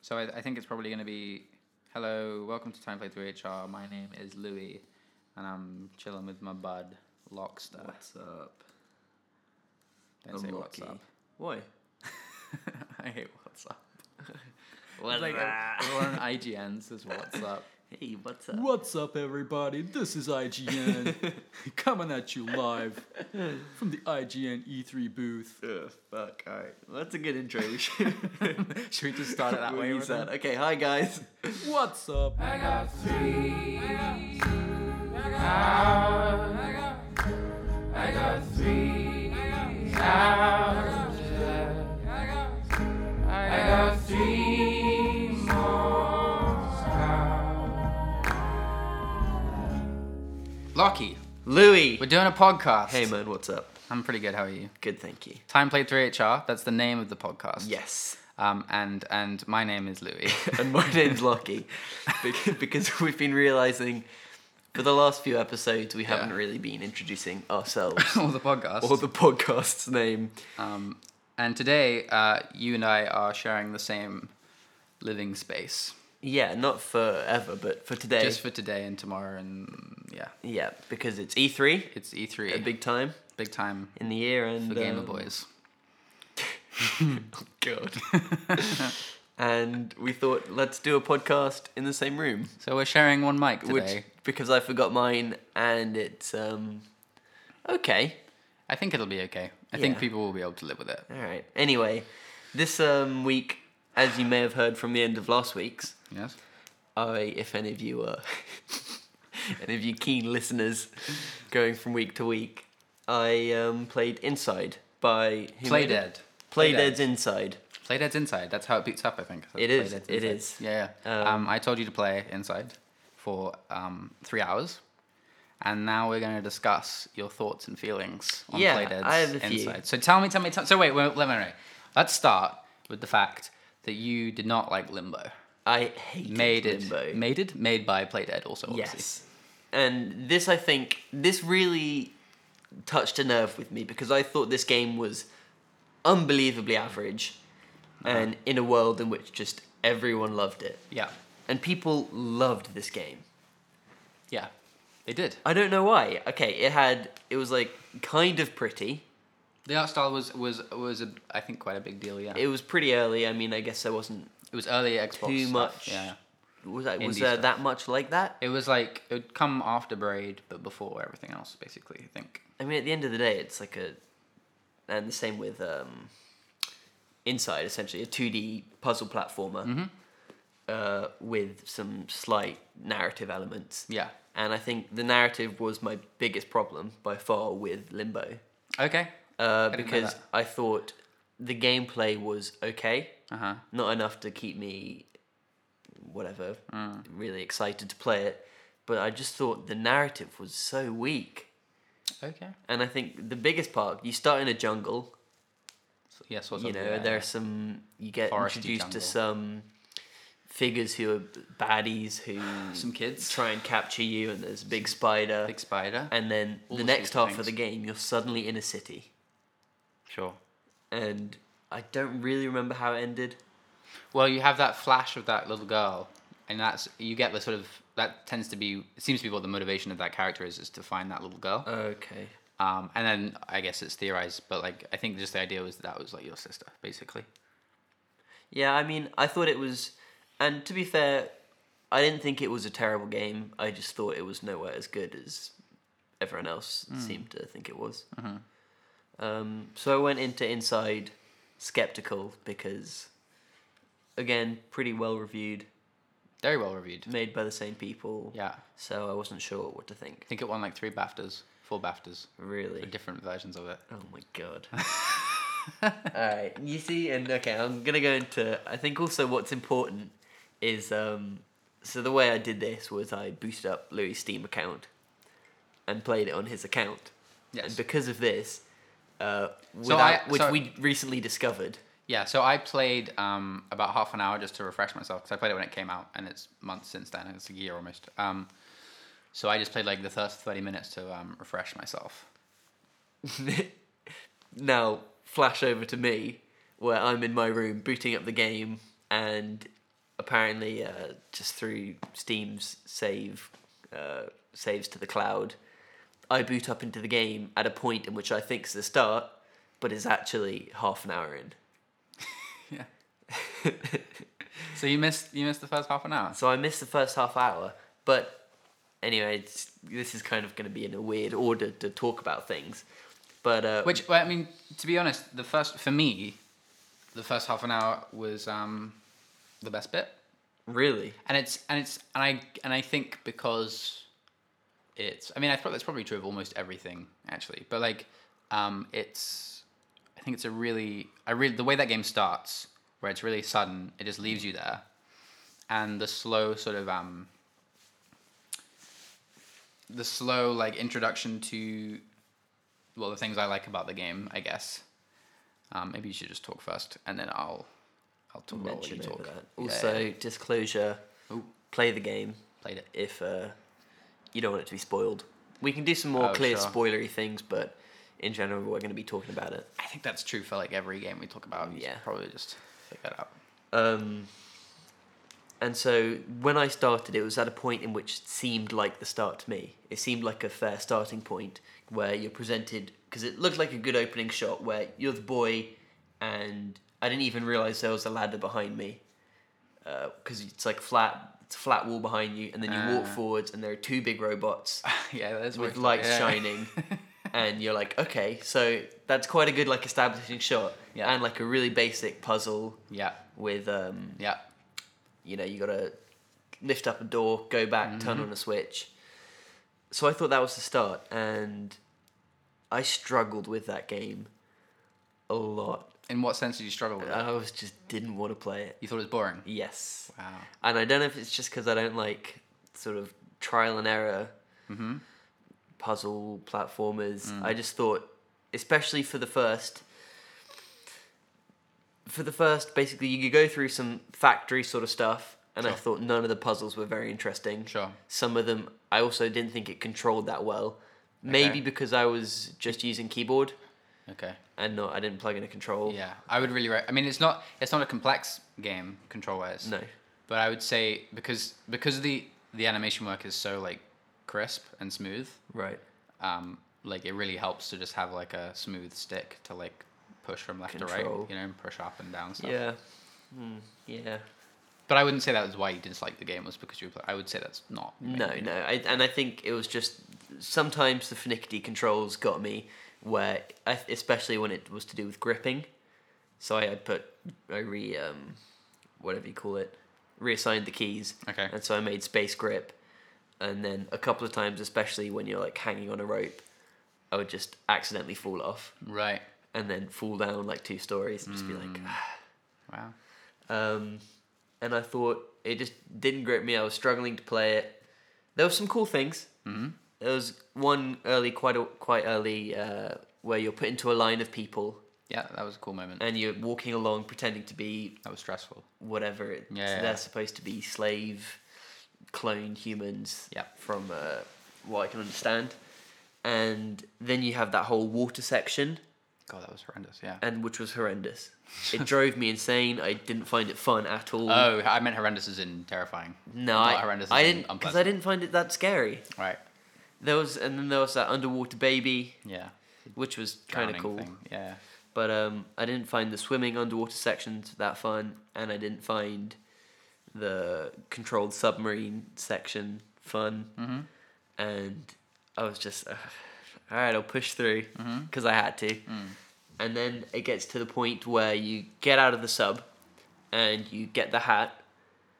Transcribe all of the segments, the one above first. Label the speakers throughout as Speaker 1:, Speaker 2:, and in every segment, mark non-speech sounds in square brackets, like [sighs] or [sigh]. Speaker 1: So I, I think it's probably going to be hello, welcome to Time Play Through HR. My name is Louis, and I'm chilling with my bud Lockster.
Speaker 2: What's up?
Speaker 1: Don't
Speaker 2: I'm
Speaker 1: say what's
Speaker 2: Lockie.
Speaker 1: up. [laughs]
Speaker 2: Why?
Speaker 1: I hate what's
Speaker 2: [laughs]
Speaker 1: up.
Speaker 2: What's
Speaker 1: like everyone on IGN says what's up.
Speaker 2: [laughs] Hey, what's up?
Speaker 3: What's up, everybody? This is IGN coming at you live from the IGN E3 E booth.
Speaker 2: Ugh, fuck. All right, well, that's a good intro. We should
Speaker 1: [laughs] Should we just start it
Speaker 2: [laughs]
Speaker 1: that
Speaker 2: we'll
Speaker 1: way?
Speaker 2: use
Speaker 1: with
Speaker 2: that.
Speaker 1: them?
Speaker 2: Okay, hi guys. [laughs]
Speaker 3: What's up?
Speaker 1: Lockie,
Speaker 2: Louis.
Speaker 1: we're doing a podcast.
Speaker 2: Hey man, what's up?
Speaker 1: I'm pretty good. How are you?
Speaker 2: Good, thank you.
Speaker 1: Time Played Through HR. That's the name of the podcast. [laughs]
Speaker 2: Yes.
Speaker 1: Um, and and my name is
Speaker 2: [laughs]
Speaker 1: Louis. [laughs]
Speaker 2: and my name's Lockie bec- [laughs] because we've been realizing for the last few episodes we haven't really
Speaker 1: [laughs]
Speaker 2: been introducing ourselves
Speaker 1: All the podcast.
Speaker 2: or the podcast's name.
Speaker 1: Um, and today, uh, you and I are sharing the same living space,
Speaker 2: Yeah, not forever, but for today.
Speaker 1: just for today and tomorrow, and yeah,
Speaker 2: yeah, because it's E3,
Speaker 1: it's E3,
Speaker 2: a big time
Speaker 1: big time
Speaker 2: in the year, and
Speaker 1: for Gamer
Speaker 2: um,
Speaker 1: Boys. [laughs]
Speaker 2: God. and we thought let's do a podcast in the same room,
Speaker 1: So we're sharing one mic today.
Speaker 2: which because I forgot mine, and it's um okay.
Speaker 1: I think it'll be okay. I think
Speaker 2: Yeah.
Speaker 1: people will be able to live with it.
Speaker 2: All right. Anyway, this um, week, as you may have heard from the end of last week's,
Speaker 1: Yes.
Speaker 2: I, if any of you are, [laughs] any of you keen listeners, going from week to week, I um, played Inside by who made it?
Speaker 1: Playdead.
Speaker 2: Playdead's Inside.
Speaker 1: Playdead's Inside. That's how it beats up. I think.
Speaker 2: It is,
Speaker 1: Playdead's
Speaker 2: it
Speaker 1: Inside.
Speaker 2: is.
Speaker 1: Yeah. yeah. Um,
Speaker 2: Um,
Speaker 1: I told you to play Inside for um, three hours, and now we're going to discuss your thoughts and feelings on
Speaker 2: Yeah,
Speaker 1: Playdead's
Speaker 2: I have a few.
Speaker 1: Inside. So tell me, tell me, tell, so wait, wait, let me know. Let's start with the fact that you did not like Limbo.
Speaker 2: I hated
Speaker 1: Made it,
Speaker 2: Limbo.
Speaker 1: made it, made by Playdead. Also, obviously.
Speaker 2: Yes. And this, I think, this really touched a nerve with me because I thought this game was unbelievably average
Speaker 1: Uh-huh.
Speaker 2: and in a world in which just everyone loved it.
Speaker 1: Yeah,
Speaker 2: And people loved this game.
Speaker 1: yeah, they did.
Speaker 2: I don't know why. Okay, it had, it was like kind of pretty.
Speaker 1: The art style was was was a, I think quite a big deal. Yeah, it,
Speaker 2: It was pretty early. I mean, I guess there wasn't
Speaker 1: was early Xbox.
Speaker 2: too
Speaker 1: stuff,
Speaker 2: much.
Speaker 1: Yeah,
Speaker 2: Was, that, was
Speaker 1: Indie
Speaker 2: there
Speaker 1: stuff.
Speaker 2: that much like that?
Speaker 1: It was like it would come after Braid, but before everything else, basically. I think.
Speaker 2: I mean, at the end of the day, it's like a, and the same with um, Inside, essentially a two D puzzle platformer
Speaker 1: Mm-hmm.
Speaker 2: uh, with some slight narrative elements.
Speaker 1: Yeah.
Speaker 2: And I think the narrative was my biggest problem by far with Limbo,
Speaker 1: Okay.
Speaker 2: uh,
Speaker 1: I didn't know
Speaker 2: because
Speaker 1: that.
Speaker 2: I thought the gameplay was okay,
Speaker 1: Uh huh.
Speaker 2: not enough to keep me, whatever,
Speaker 1: Mm.
Speaker 2: really excited to play it, but I just thought the narrative was so weak.
Speaker 1: Okay.
Speaker 2: And I think the biggest part, you start in a jungle,
Speaker 1: So, yeah, sort
Speaker 2: you
Speaker 1: of.
Speaker 2: know,
Speaker 1: yeah,
Speaker 2: there are some, you get
Speaker 1: Foresty
Speaker 2: introduced
Speaker 1: jungle.
Speaker 2: to some figures who are baddies who
Speaker 1: [sighs] Some kids.
Speaker 2: try and capture you, and there's a big spider.
Speaker 1: Big spider.
Speaker 2: and then
Speaker 1: all
Speaker 2: the
Speaker 1: the
Speaker 2: next
Speaker 1: sweet
Speaker 2: half of the game, you're suddenly in a city.
Speaker 1: Sure.
Speaker 2: And I don't really remember how it ended.
Speaker 1: Well, you have that flash of that little girl, and that's you get the sort of that tends to be it seems to be what the motivation of that character is is to find that little
Speaker 2: Uh.
Speaker 1: girl.
Speaker 2: Okay.
Speaker 1: Um, and then I guess it's theorized, but like I think just the idea was that was like your sister, basically.
Speaker 2: Yeah, I mean, I thought it was, and to be fair, I didn't think it was a terrible game. I just thought it was nowhere as good as everyone else seemed to think it was. Um, so I went into Inside skeptical because, again, pretty well reviewed,
Speaker 1: Very well reviewed.
Speaker 2: made by the same people.
Speaker 1: Yeah.
Speaker 2: So I wasn't sure what to think,
Speaker 1: I think it won like three BAFTAs, four BAFTAs,
Speaker 2: really.
Speaker 1: for different versions of it.
Speaker 2: Oh my god. [laughs] Alright, you see, and okay, I'm gonna go into. I think also what's important is. um So the way I did this was I boosted up Louis' Steam account and played it on his account. And
Speaker 1: Yes.
Speaker 2: because of this, uh,
Speaker 1: So
Speaker 2: without,
Speaker 1: I-
Speaker 2: which
Speaker 1: so-
Speaker 2: we recently discovered.
Speaker 1: Yeah, so I played um, about half an hour just to refresh myself because I played it when it came out, and it's months since then, and it's a year almost. Um, so I just played like the first thirty minutes to um, refresh myself.
Speaker 2: [laughs] now, flash over to me, where I'm in my room booting up the game and apparently uh, just through Steam's save uh, saves to the cloud, I boot up into the game at a point in which I think is the start, but is actually half an hour in.
Speaker 1: Yeah. so you missed you missed the first half an hour.
Speaker 2: So I missed the first half hour, but anyway, it's, this is kind of going to be in a weird order to talk about things. But uh,
Speaker 1: Which well, I mean, to be honest, the first for me, the first half an hour was um, the best bit,
Speaker 2: really,
Speaker 1: and it's and it's and I and I think because it's I mean I thought that's probably true of almost everything actually, but like um, it's I think it's a really I really the way that game starts where it's really sudden, it just leaves you there, and the slow sort of um, the slow like introduction to well the things I like about the game, I guess. Um, maybe you should just talk first, and then I'll I'll talk about what you
Speaker 2: mention over
Speaker 1: talk.
Speaker 2: that.
Speaker 1: Yeah,
Speaker 2: Also,
Speaker 1: uh, yeah.
Speaker 2: disclosure:
Speaker 1: Ooh.
Speaker 2: play the game
Speaker 1: played it.
Speaker 2: if uh, you don't want it to be spoiled. We can do some more
Speaker 1: Oh,
Speaker 2: clear
Speaker 1: sure.
Speaker 2: spoilery things, but in general, we're going to be talking about it.
Speaker 1: I think that's true for like every game we talk about. You should
Speaker 2: Yeah.
Speaker 1: probably just pick that
Speaker 2: [laughs]
Speaker 1: up.
Speaker 2: Um, and so when I started, it was at a point in which it seemed like the start to me. It seemed like a fair starting point where you're presented because it looked like a good opening shot where you're the boy, and I didn't even realize there was a ladder behind me because it's like flat, it's a flat wall behind you, and then you walk
Speaker 1: Ah.
Speaker 2: forwards, and there are two big robots [laughs]
Speaker 1: yeah, that's
Speaker 2: with
Speaker 1: worth-
Speaker 2: lights
Speaker 1: yeah.
Speaker 2: shining and you're like okay so that's quite a good like establishing shot
Speaker 1: Yeah.
Speaker 2: and like a really basic puzzle
Speaker 1: [laughs] Yeah,
Speaker 2: with um
Speaker 1: yeah,
Speaker 2: you know you gotta lift up a door go back turn on a switch so i thought that was the start and i struggled with that game a lot
Speaker 1: In what sense did you struggle with it?
Speaker 2: i was just didn't want to play it
Speaker 1: You thought it was boring. Ah,
Speaker 2: yes
Speaker 1: Wow.
Speaker 2: and I don't know if it's just because I don't like sort of trial and error
Speaker 1: Mm-hmm.
Speaker 2: puzzle platformers.
Speaker 1: Mm.
Speaker 2: I just thought, especially for the first, for the first, basically you could go through some factory sort of stuff, and I
Speaker 1: Sure.
Speaker 2: thought none of the puzzles were very interesting.
Speaker 1: Sure.
Speaker 2: Some of them, I also didn't think it controlled that well. Maybe
Speaker 1: Okay.
Speaker 2: because I was just using keyboard
Speaker 1: Okay.
Speaker 2: and not I didn't plug in a control.
Speaker 1: Yeah, I would really. Re- I mean, it's not it's not a complex game control wise.
Speaker 2: No.
Speaker 1: But I would say because because the the animation work is so like crisp and smooth,
Speaker 2: Right.
Speaker 1: um, like it really helps to just have like a smooth stick to like push from left to
Speaker 2: Control.
Speaker 1: right, you know, and push up and down stuff.
Speaker 2: Yeah. Hmm. Yeah.
Speaker 1: But I wouldn't say that was why you disliked the game was because you. Were, pl- I would say that's not.
Speaker 2: No, no, I, and I think it was just sometimes the finicky controls got me, where I, especially when it was to do with gripping, so I had put I re um, whatever you call it, reassigned the keys,
Speaker 1: Okay.
Speaker 2: and so I made space grip, and then a couple of times, especially when you're like hanging on a rope, I would just accidentally fall off
Speaker 1: Right.
Speaker 2: and then fall down like two stories and just be like,
Speaker 1: Wow.
Speaker 2: um, and I thought it just didn't grip me. I was struggling to play it. There were some cool things. Mm-hmm. There was one early, quite a, quite early, uh, where you're put into a line of people
Speaker 1: Yeah, that was a cool moment.
Speaker 2: and you're walking along pretending to be
Speaker 1: That was stressful.
Speaker 2: whatever it,
Speaker 1: Yeah, yeah.
Speaker 2: they're supposed to be slave cloned humans
Speaker 1: Yeah.
Speaker 2: from uh, what I can understand. And then you have that whole water section,
Speaker 1: God, that was horrendous. Yeah.
Speaker 2: and which was horrendous.
Speaker 1: [laughs]
Speaker 2: It drove me insane. I didn't find it fun at all.
Speaker 1: Oh, I meant horrendous as in terrifying.
Speaker 2: No,
Speaker 1: Not
Speaker 2: I,
Speaker 1: horrendous.
Speaker 2: I
Speaker 1: as in
Speaker 2: didn't because I
Speaker 1: unpleasant.
Speaker 2: didn't find it that scary.
Speaker 1: Right.
Speaker 2: There was, and then there was that underwater baby,
Speaker 1: Yeah.
Speaker 2: which was kind of
Speaker 1: Drowning
Speaker 2: cool.
Speaker 1: thing, Yeah.
Speaker 2: But um, I didn't find the swimming underwater sections that fun, and I didn't find the controlled submarine section fun.
Speaker 1: Mm-hmm.
Speaker 2: And I was just, uh, all right, I'll push through
Speaker 1: Mhm.
Speaker 2: because I had to. And then it gets to the point where you get out of the sub, and you get the hat,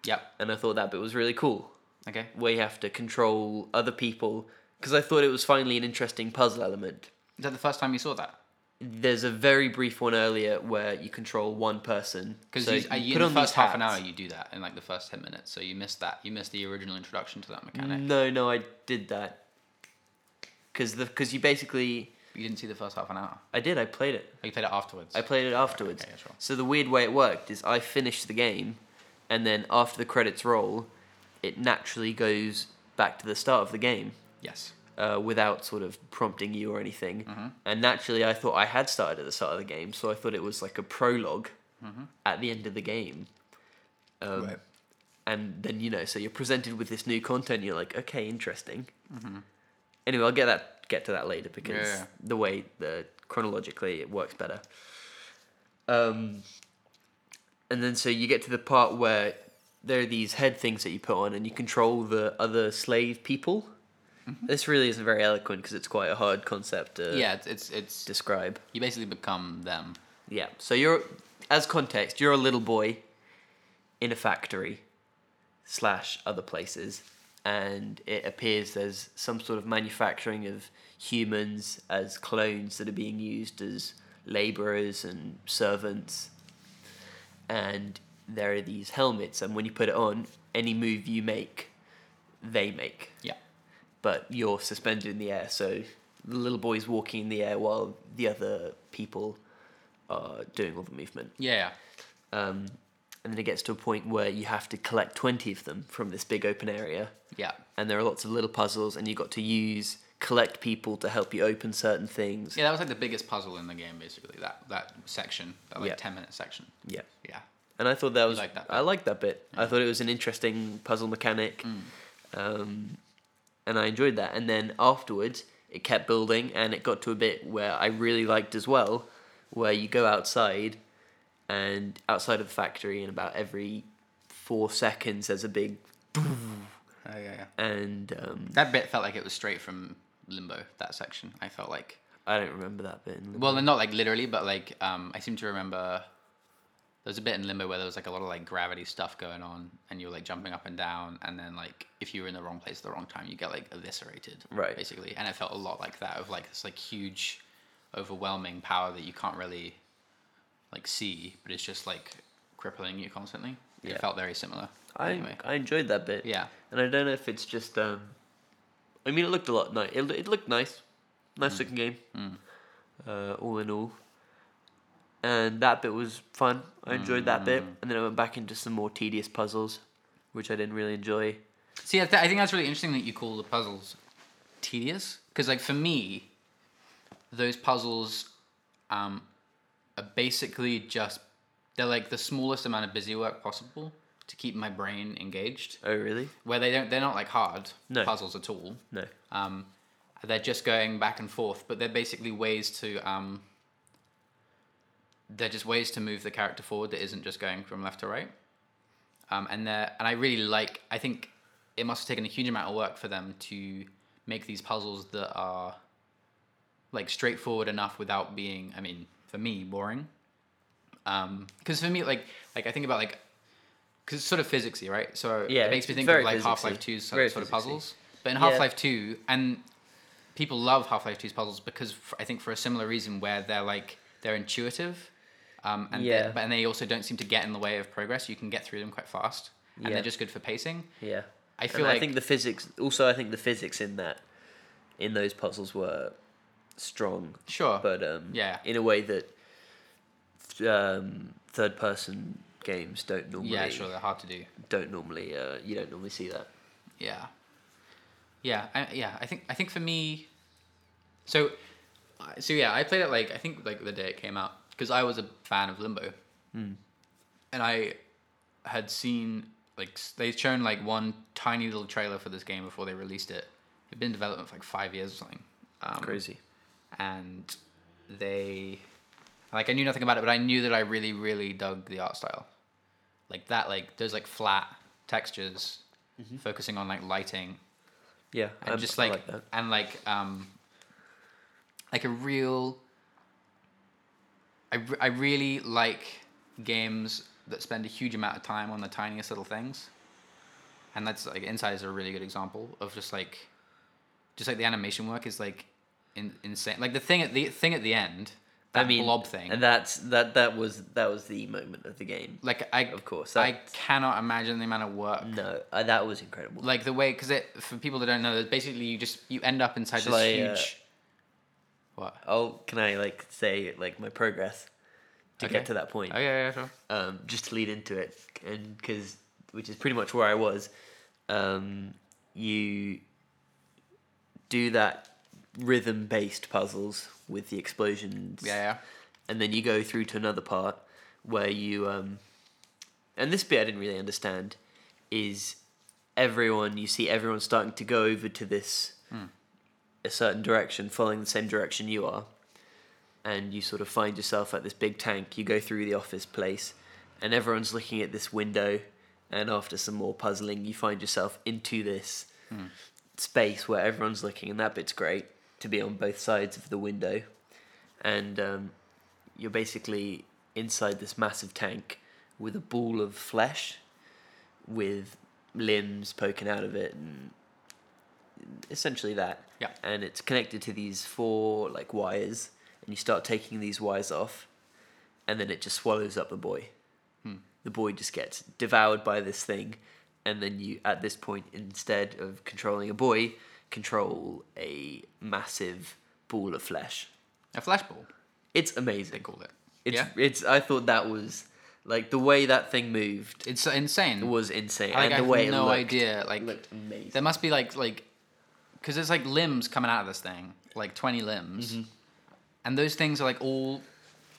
Speaker 1: Yep.
Speaker 2: and I thought that bit was really cool.
Speaker 1: Okay.
Speaker 2: where you have to control other people because I thought it was finally an interesting puzzle element.
Speaker 1: Is that the first time you saw that?
Speaker 2: There's a very brief one earlier where you control one person.
Speaker 1: Because
Speaker 2: So
Speaker 1: you, uh, you- in the
Speaker 2: these
Speaker 1: first half an
Speaker 2: hats.
Speaker 1: hour you do that in like the first ten minutes, so you missed that. You missed the original introduction to that mechanic.
Speaker 2: No, no, I did that. Because the because you basically
Speaker 1: You didn't see the first half an hour.
Speaker 2: I did I played it
Speaker 1: Oh, you played it afterwards.
Speaker 2: I played it afterwards.
Speaker 1: yeah, sure.
Speaker 2: So the weird way it worked is I finished the game, and then after the credits roll, it naturally goes back to the start of the game.
Speaker 1: yes.
Speaker 2: uh, without sort of prompting you or anything.
Speaker 1: Mm-hmm.
Speaker 2: And naturally, I thought I had started at the start of the game, so I thought it was like a prolog at the end of the game. Um,
Speaker 1: Mm-hmm. Right.
Speaker 2: and then you know, so you're presented with this new content. You're like, okay, interesting. Anyway, I'll get that get to that later because
Speaker 1: Mm-hmm. Yeah.
Speaker 2: the way the chronologically it works better. Um, and then so you get to the part where there are these head things that you put on, and you control the other slave people. This really isn't very eloquent because it's quite a hard concept to
Speaker 1: yeah, it's it's, it's
Speaker 2: describe.
Speaker 1: you basically become them.
Speaker 2: Yeah. So you're, as context, you're a little boy in a factory slash other places, and it appears there's some sort of manufacturing of humans as clones that are being used as laborers and servants. And there are these helmets, and when you put it on, any move you make, they make
Speaker 1: Yeah.
Speaker 2: but you're suspended in the air. So the little boy's walking in the air while the other people are doing all the movement.
Speaker 1: Yeah. yeah.
Speaker 2: Um, and then it gets to a point where you have to collect 20 of them from this big open area.
Speaker 1: Yeah.
Speaker 2: And there are lots of little puzzles, and you got to use collect people to help you open certain things.
Speaker 1: Yeah, that was like the biggest puzzle in the game basically. That that section, that like
Speaker 2: Yeah.
Speaker 1: 10 minute section.
Speaker 2: Yeah.
Speaker 1: Yeah.
Speaker 2: And I thought that was
Speaker 1: like that
Speaker 2: I liked that bit. I thought it was an interesting puzzle mechanic.
Speaker 1: Mm.
Speaker 2: Um, and I enjoyed that. And then afterwards, it kept building and it got to a bit where I really liked as well, where you go outside and outside of the factory and about every 4 seconds there's a big
Speaker 1: Oh, yeah, yeah.
Speaker 2: and um,
Speaker 1: That bit felt like it was straight from Limbo, that section. I felt like
Speaker 2: I don't remember that bit. in-
Speaker 1: Well, not like literally, but like um, I seem to remember there was a bit in Limbo where there was like a lot of like gravity stuff going on, and you were like jumping up and down, and then like if you were in the wrong place at the wrong time, you get like eviscerated,
Speaker 2: Right.
Speaker 1: Basically, and it felt a lot like that of like this like huge, overwhelming power that you can't really like see, but it's just like crippling you constantly.
Speaker 2: Yeah.
Speaker 1: It felt very similar.
Speaker 2: I
Speaker 1: anyway.
Speaker 2: I enjoyed that bit.
Speaker 1: yeah,
Speaker 2: And I don't know if it's just. Um, I mean, it looked a lot nice. It, it looked nice, nice
Speaker 1: Hmm.
Speaker 2: looking game. Uh, all in all, and that bit was fun. I enjoyed that bit,
Speaker 1: Hmm.
Speaker 2: and then I went back into some more tedious puzzles, which I didn't really enjoy.
Speaker 1: See, I, th- I think that's really interesting that you call the puzzles tedious because, like, for me, those puzzles um, are basically just they're like the smallest amount of busy work possible to keep my brain engaged.
Speaker 2: Oh really?
Speaker 1: Where they don't, they're not like hard
Speaker 2: No.
Speaker 1: puzzles at all.
Speaker 2: No.
Speaker 1: Um, they're just going back and forth, but they're basically ways to. Um, they're just ways to move the character forward that isn't just going from left to right. Um, and they're, and I really like. I think it must have taken a huge amount of work for them to make these puzzles that are like straightforward enough without being. I mean, for me, boring. Because for me, like, like I think about like, because it's sort of physicsy, right? So
Speaker 2: Yeah,
Speaker 1: it makes me
Speaker 2: it's
Speaker 1: think
Speaker 2: very
Speaker 1: of like Half Life
Speaker 2: physicsy.
Speaker 1: 2's sort,
Speaker 2: Very
Speaker 1: sort of
Speaker 2: physicsy.
Speaker 1: puzzles. But in
Speaker 2: Yeah.
Speaker 1: Half Life 2, and people love Half Life 2's puzzles because f I I think for a similar reason where they're like, they're intuitive. Um, and,
Speaker 2: Yeah.
Speaker 1: yeah. but, and they also don't seem to get in the way of progress. You can get through them quite fast. And
Speaker 2: Yeah.
Speaker 1: they're just good for pacing.
Speaker 2: Yeah.
Speaker 1: I
Speaker 2: And
Speaker 1: feel like.
Speaker 2: I think the physics. Also, I think the physics in that, in those puzzles were strong,
Speaker 1: sure.
Speaker 2: but um,
Speaker 1: Yeah.
Speaker 2: in a way that um, third person games don't normally.
Speaker 1: yeah, sure, they're hard to do.
Speaker 2: don't normally uh, you don't normally see that.
Speaker 1: Yeah. Yeah, I, yeah. I think I think for me, so, I- so yeah, I played it like I think like the day it came out because I was a fan of Limbo, and I had seen like s- they'd shown like one tiny little trailer for this game before they released it. It'd been in development for like five years or something. Um,
Speaker 2: Crazy.
Speaker 1: and they like I knew nothing about it, but I knew that I really, really dug the art style. Like that, like those like flat textures, focusing on like lighting
Speaker 2: Yeah,
Speaker 1: and
Speaker 2: I'm-
Speaker 1: just
Speaker 2: I
Speaker 1: like,
Speaker 2: that.
Speaker 1: and like um like a real I, re- I really like games that spend a huge amount of time on the tiniest little things and that's like inside is a really good example of just like just like the animation work is like in, insane like the thing at the thing at the end that
Speaker 2: I mean,
Speaker 1: blob thing
Speaker 2: and that's that. That was that was the moment of the game.
Speaker 1: like i
Speaker 2: Of course,
Speaker 1: i
Speaker 2: that's-
Speaker 1: cannot imagine the amount of work
Speaker 2: No, uh, that was incredible.
Speaker 1: like the way because it for people that don't know basically you just you end up inside
Speaker 2: Shall
Speaker 1: this
Speaker 2: I, uh,
Speaker 1: huge what
Speaker 2: oh, can I like say like my progress to
Speaker 1: Okay.
Speaker 2: get to that point?
Speaker 1: Oh yeah, yeah, sure.
Speaker 2: Um, just to lead into it, and because which is pretty much where I was. Um, you do that rhythm-based puzzles with the explosions.
Speaker 1: Yeah, yeah.
Speaker 2: and then you go through to another part where you um and this bit I didn't really understand is everyone you see everyone starting to go over to this a certain direction, following the same direction you are, and you sort of find yourself at this big tank. You go through the office place, and everyone's looking at this window, and after some more puzzling, you find yourself into this space where everyone's looking, and that bit's great to be on both sides of the window, and um, you're basically inside this massive tank with a ball of flesh with limbs poking out of it and essentially that
Speaker 1: Yeah.
Speaker 2: and it's connected to these four like wires and you start taking these wires off and then it just swallows up the boy the boy just gets devoured by this thing and then you at this point instead of controlling a boy control a massive ball of flesh
Speaker 1: A flashball,
Speaker 2: it's
Speaker 1: they
Speaker 2: amazing
Speaker 1: called it.
Speaker 2: it's
Speaker 1: yeah,
Speaker 2: it's i thought that was like the way that thing moved
Speaker 1: it's insane.
Speaker 2: was insane
Speaker 1: I, like,
Speaker 2: and
Speaker 1: I
Speaker 2: the
Speaker 1: have
Speaker 2: way
Speaker 1: no
Speaker 2: it looked,
Speaker 1: idea. Like
Speaker 2: looked amazing
Speaker 1: there must be like like, because there's like limbs coming out of this thing, like twenty limbs,
Speaker 2: Mm-hmm.
Speaker 1: and those things are like all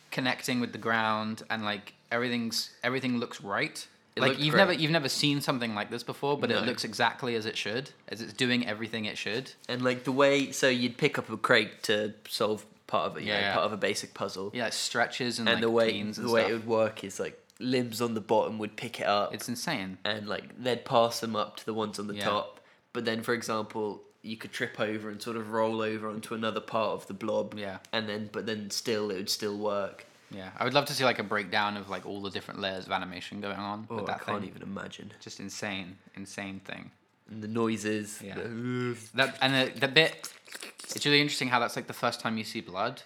Speaker 1: connecting with the ground, and like everything's everything looks right.
Speaker 2: It
Speaker 1: like
Speaker 2: looked
Speaker 1: you've
Speaker 2: great.
Speaker 1: never you've never seen something like this before, but
Speaker 2: No.
Speaker 1: it looks exactly as it should, as it's doing everything it should.
Speaker 2: and like the way so you'd pick up a crate to solve part of it, you know,
Speaker 1: Yeah.
Speaker 2: part of a basic puzzle
Speaker 1: Yeah, it stretches and,
Speaker 2: and
Speaker 1: like,
Speaker 2: the way
Speaker 1: cleans and
Speaker 2: the way
Speaker 1: stuff.
Speaker 2: it would work is like limbs on the bottom would pick it up
Speaker 1: It's insane.
Speaker 2: and like they'd pass them up to the ones on the
Speaker 1: Yeah.
Speaker 2: top but then for example you could trip over and sort of roll over onto another part of the blob
Speaker 1: Yeah.
Speaker 2: and then but then still it would still work
Speaker 1: Yeah, I would love to see like a breakdown of like all the different layers of animation going on
Speaker 2: oh
Speaker 1: with
Speaker 2: i
Speaker 1: that
Speaker 2: can't
Speaker 1: thing.
Speaker 2: even imagine
Speaker 1: Just insane, insane thing.
Speaker 2: and the noises
Speaker 1: Yeah.
Speaker 2: the-
Speaker 1: That and the, the bit. It's really interesting how that's like the first time you see blood,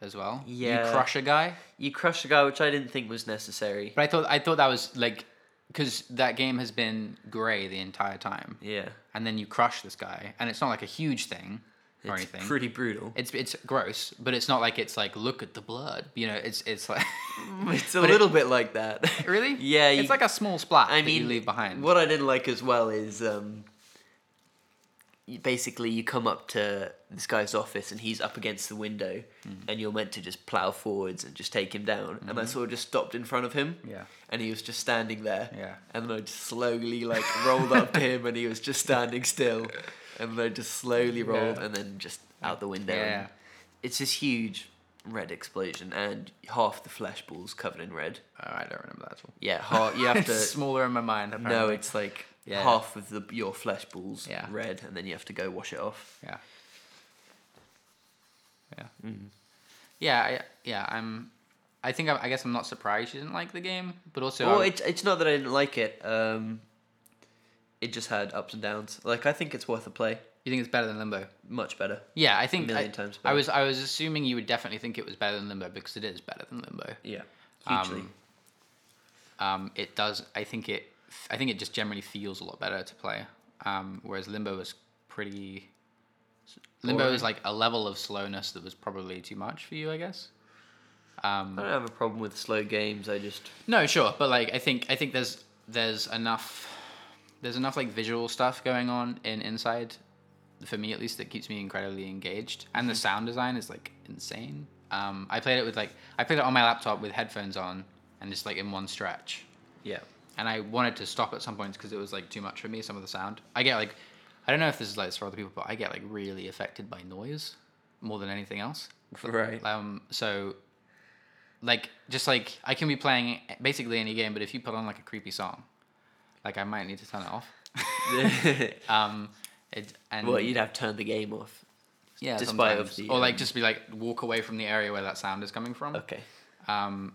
Speaker 1: as well.
Speaker 2: Yeah.
Speaker 1: You crush a guy,
Speaker 2: you crush a guy which i didn't think was necessary
Speaker 1: but I thought I thought that was like, because that game has been grey the entire time,
Speaker 2: yeah
Speaker 1: and then you crush this guy, and it's not like a huge thing or
Speaker 2: it's
Speaker 1: anything.
Speaker 2: pretty brutal
Speaker 1: it's it's gross, but it's not like it's like look at the blood. You know, it's it's like [laughs]
Speaker 2: It's a
Speaker 1: But it-
Speaker 2: little bit like that.
Speaker 1: really
Speaker 2: [laughs] yeah.
Speaker 1: it's like a small splat
Speaker 2: I
Speaker 1: that
Speaker 2: mean,
Speaker 1: you leave behind.
Speaker 2: What I didn't like as well is um, you- basically you come up to this guy's office and he's up against the window,
Speaker 1: Mm-hmm.
Speaker 2: and you're meant to just plow forwards and just take him down. And I sort of just stopped in front of him.
Speaker 1: Yeah.
Speaker 2: And he was just standing there.
Speaker 1: Yeah.
Speaker 2: And then I just slowly like rolled up to him, and he was just standing still. And then I just slowly rolled,
Speaker 1: [laughs] Yeah.
Speaker 2: and then just out the window.
Speaker 1: Yeah.
Speaker 2: And it's this huge red explosion, and half the flesh balls covered in red.
Speaker 1: Oh, I don't remember that at all.
Speaker 2: Yeah, half, you
Speaker 1: [laughs]
Speaker 2: have
Speaker 1: It's
Speaker 2: to.
Speaker 1: smaller in my mind.
Speaker 2: No,
Speaker 1: Apparently.
Speaker 2: it's like
Speaker 1: Yeah.
Speaker 2: half of the your flesh balls
Speaker 1: Yeah.
Speaker 2: red, and then you have to go wash it off.
Speaker 1: yeah, yeah,
Speaker 2: Mm-hmm.
Speaker 1: yeah, I, yeah. I'm. I think I, I guess I'm not surprised you didn't like the game, but also I
Speaker 2: Well,
Speaker 1: would-
Speaker 2: it's it's not that I didn't like it. Um, it just had ups and downs. Like I think it's worth a play.
Speaker 1: you think it's better than Limbo.
Speaker 2: Much better.
Speaker 1: Yeah, I think
Speaker 2: million
Speaker 1: I,
Speaker 2: times
Speaker 1: I
Speaker 2: better.
Speaker 1: was I was assuming you would definitely think it was better than Limbo because it is better than Limbo.
Speaker 2: Yeah.
Speaker 1: Um,
Speaker 2: Hugely.
Speaker 1: Um, it does. I think it. I think it just generally feels a lot better to play. Um, whereas Limbo was pretty. Limbo
Speaker 2: Boring.
Speaker 1: is like a level of slowness that was probably too much for you, I guess.
Speaker 2: I don't have a problem with slow games. I just
Speaker 1: No, sure, but like I think I think there's there's enough there's enough like visual stuff going on in Inside for me at least that keeps me incredibly engaged, and the sound design is like insane. Um, I played it with like I played it on my laptop with headphones on and just like in one stretch,
Speaker 2: yeah.
Speaker 1: and I wanted to stop at some points because it was like too much for me. Some of the sound I get like I don't know if this is like this for other people, but I get like really affected by noise more than anything else.
Speaker 2: Right.
Speaker 1: Um, so, like, just like I can be playing basically any game, but if you put on like a creepy song, like I might need to turn it off. Um, it and
Speaker 2: [laughs] well, you'd have turned the game off.
Speaker 1: yeah,
Speaker 2: despite of
Speaker 1: sometimes.
Speaker 2: the,
Speaker 1: or like
Speaker 2: um,
Speaker 1: just be like walk away from the area where that sound is coming from.
Speaker 2: Okay.
Speaker 1: Um,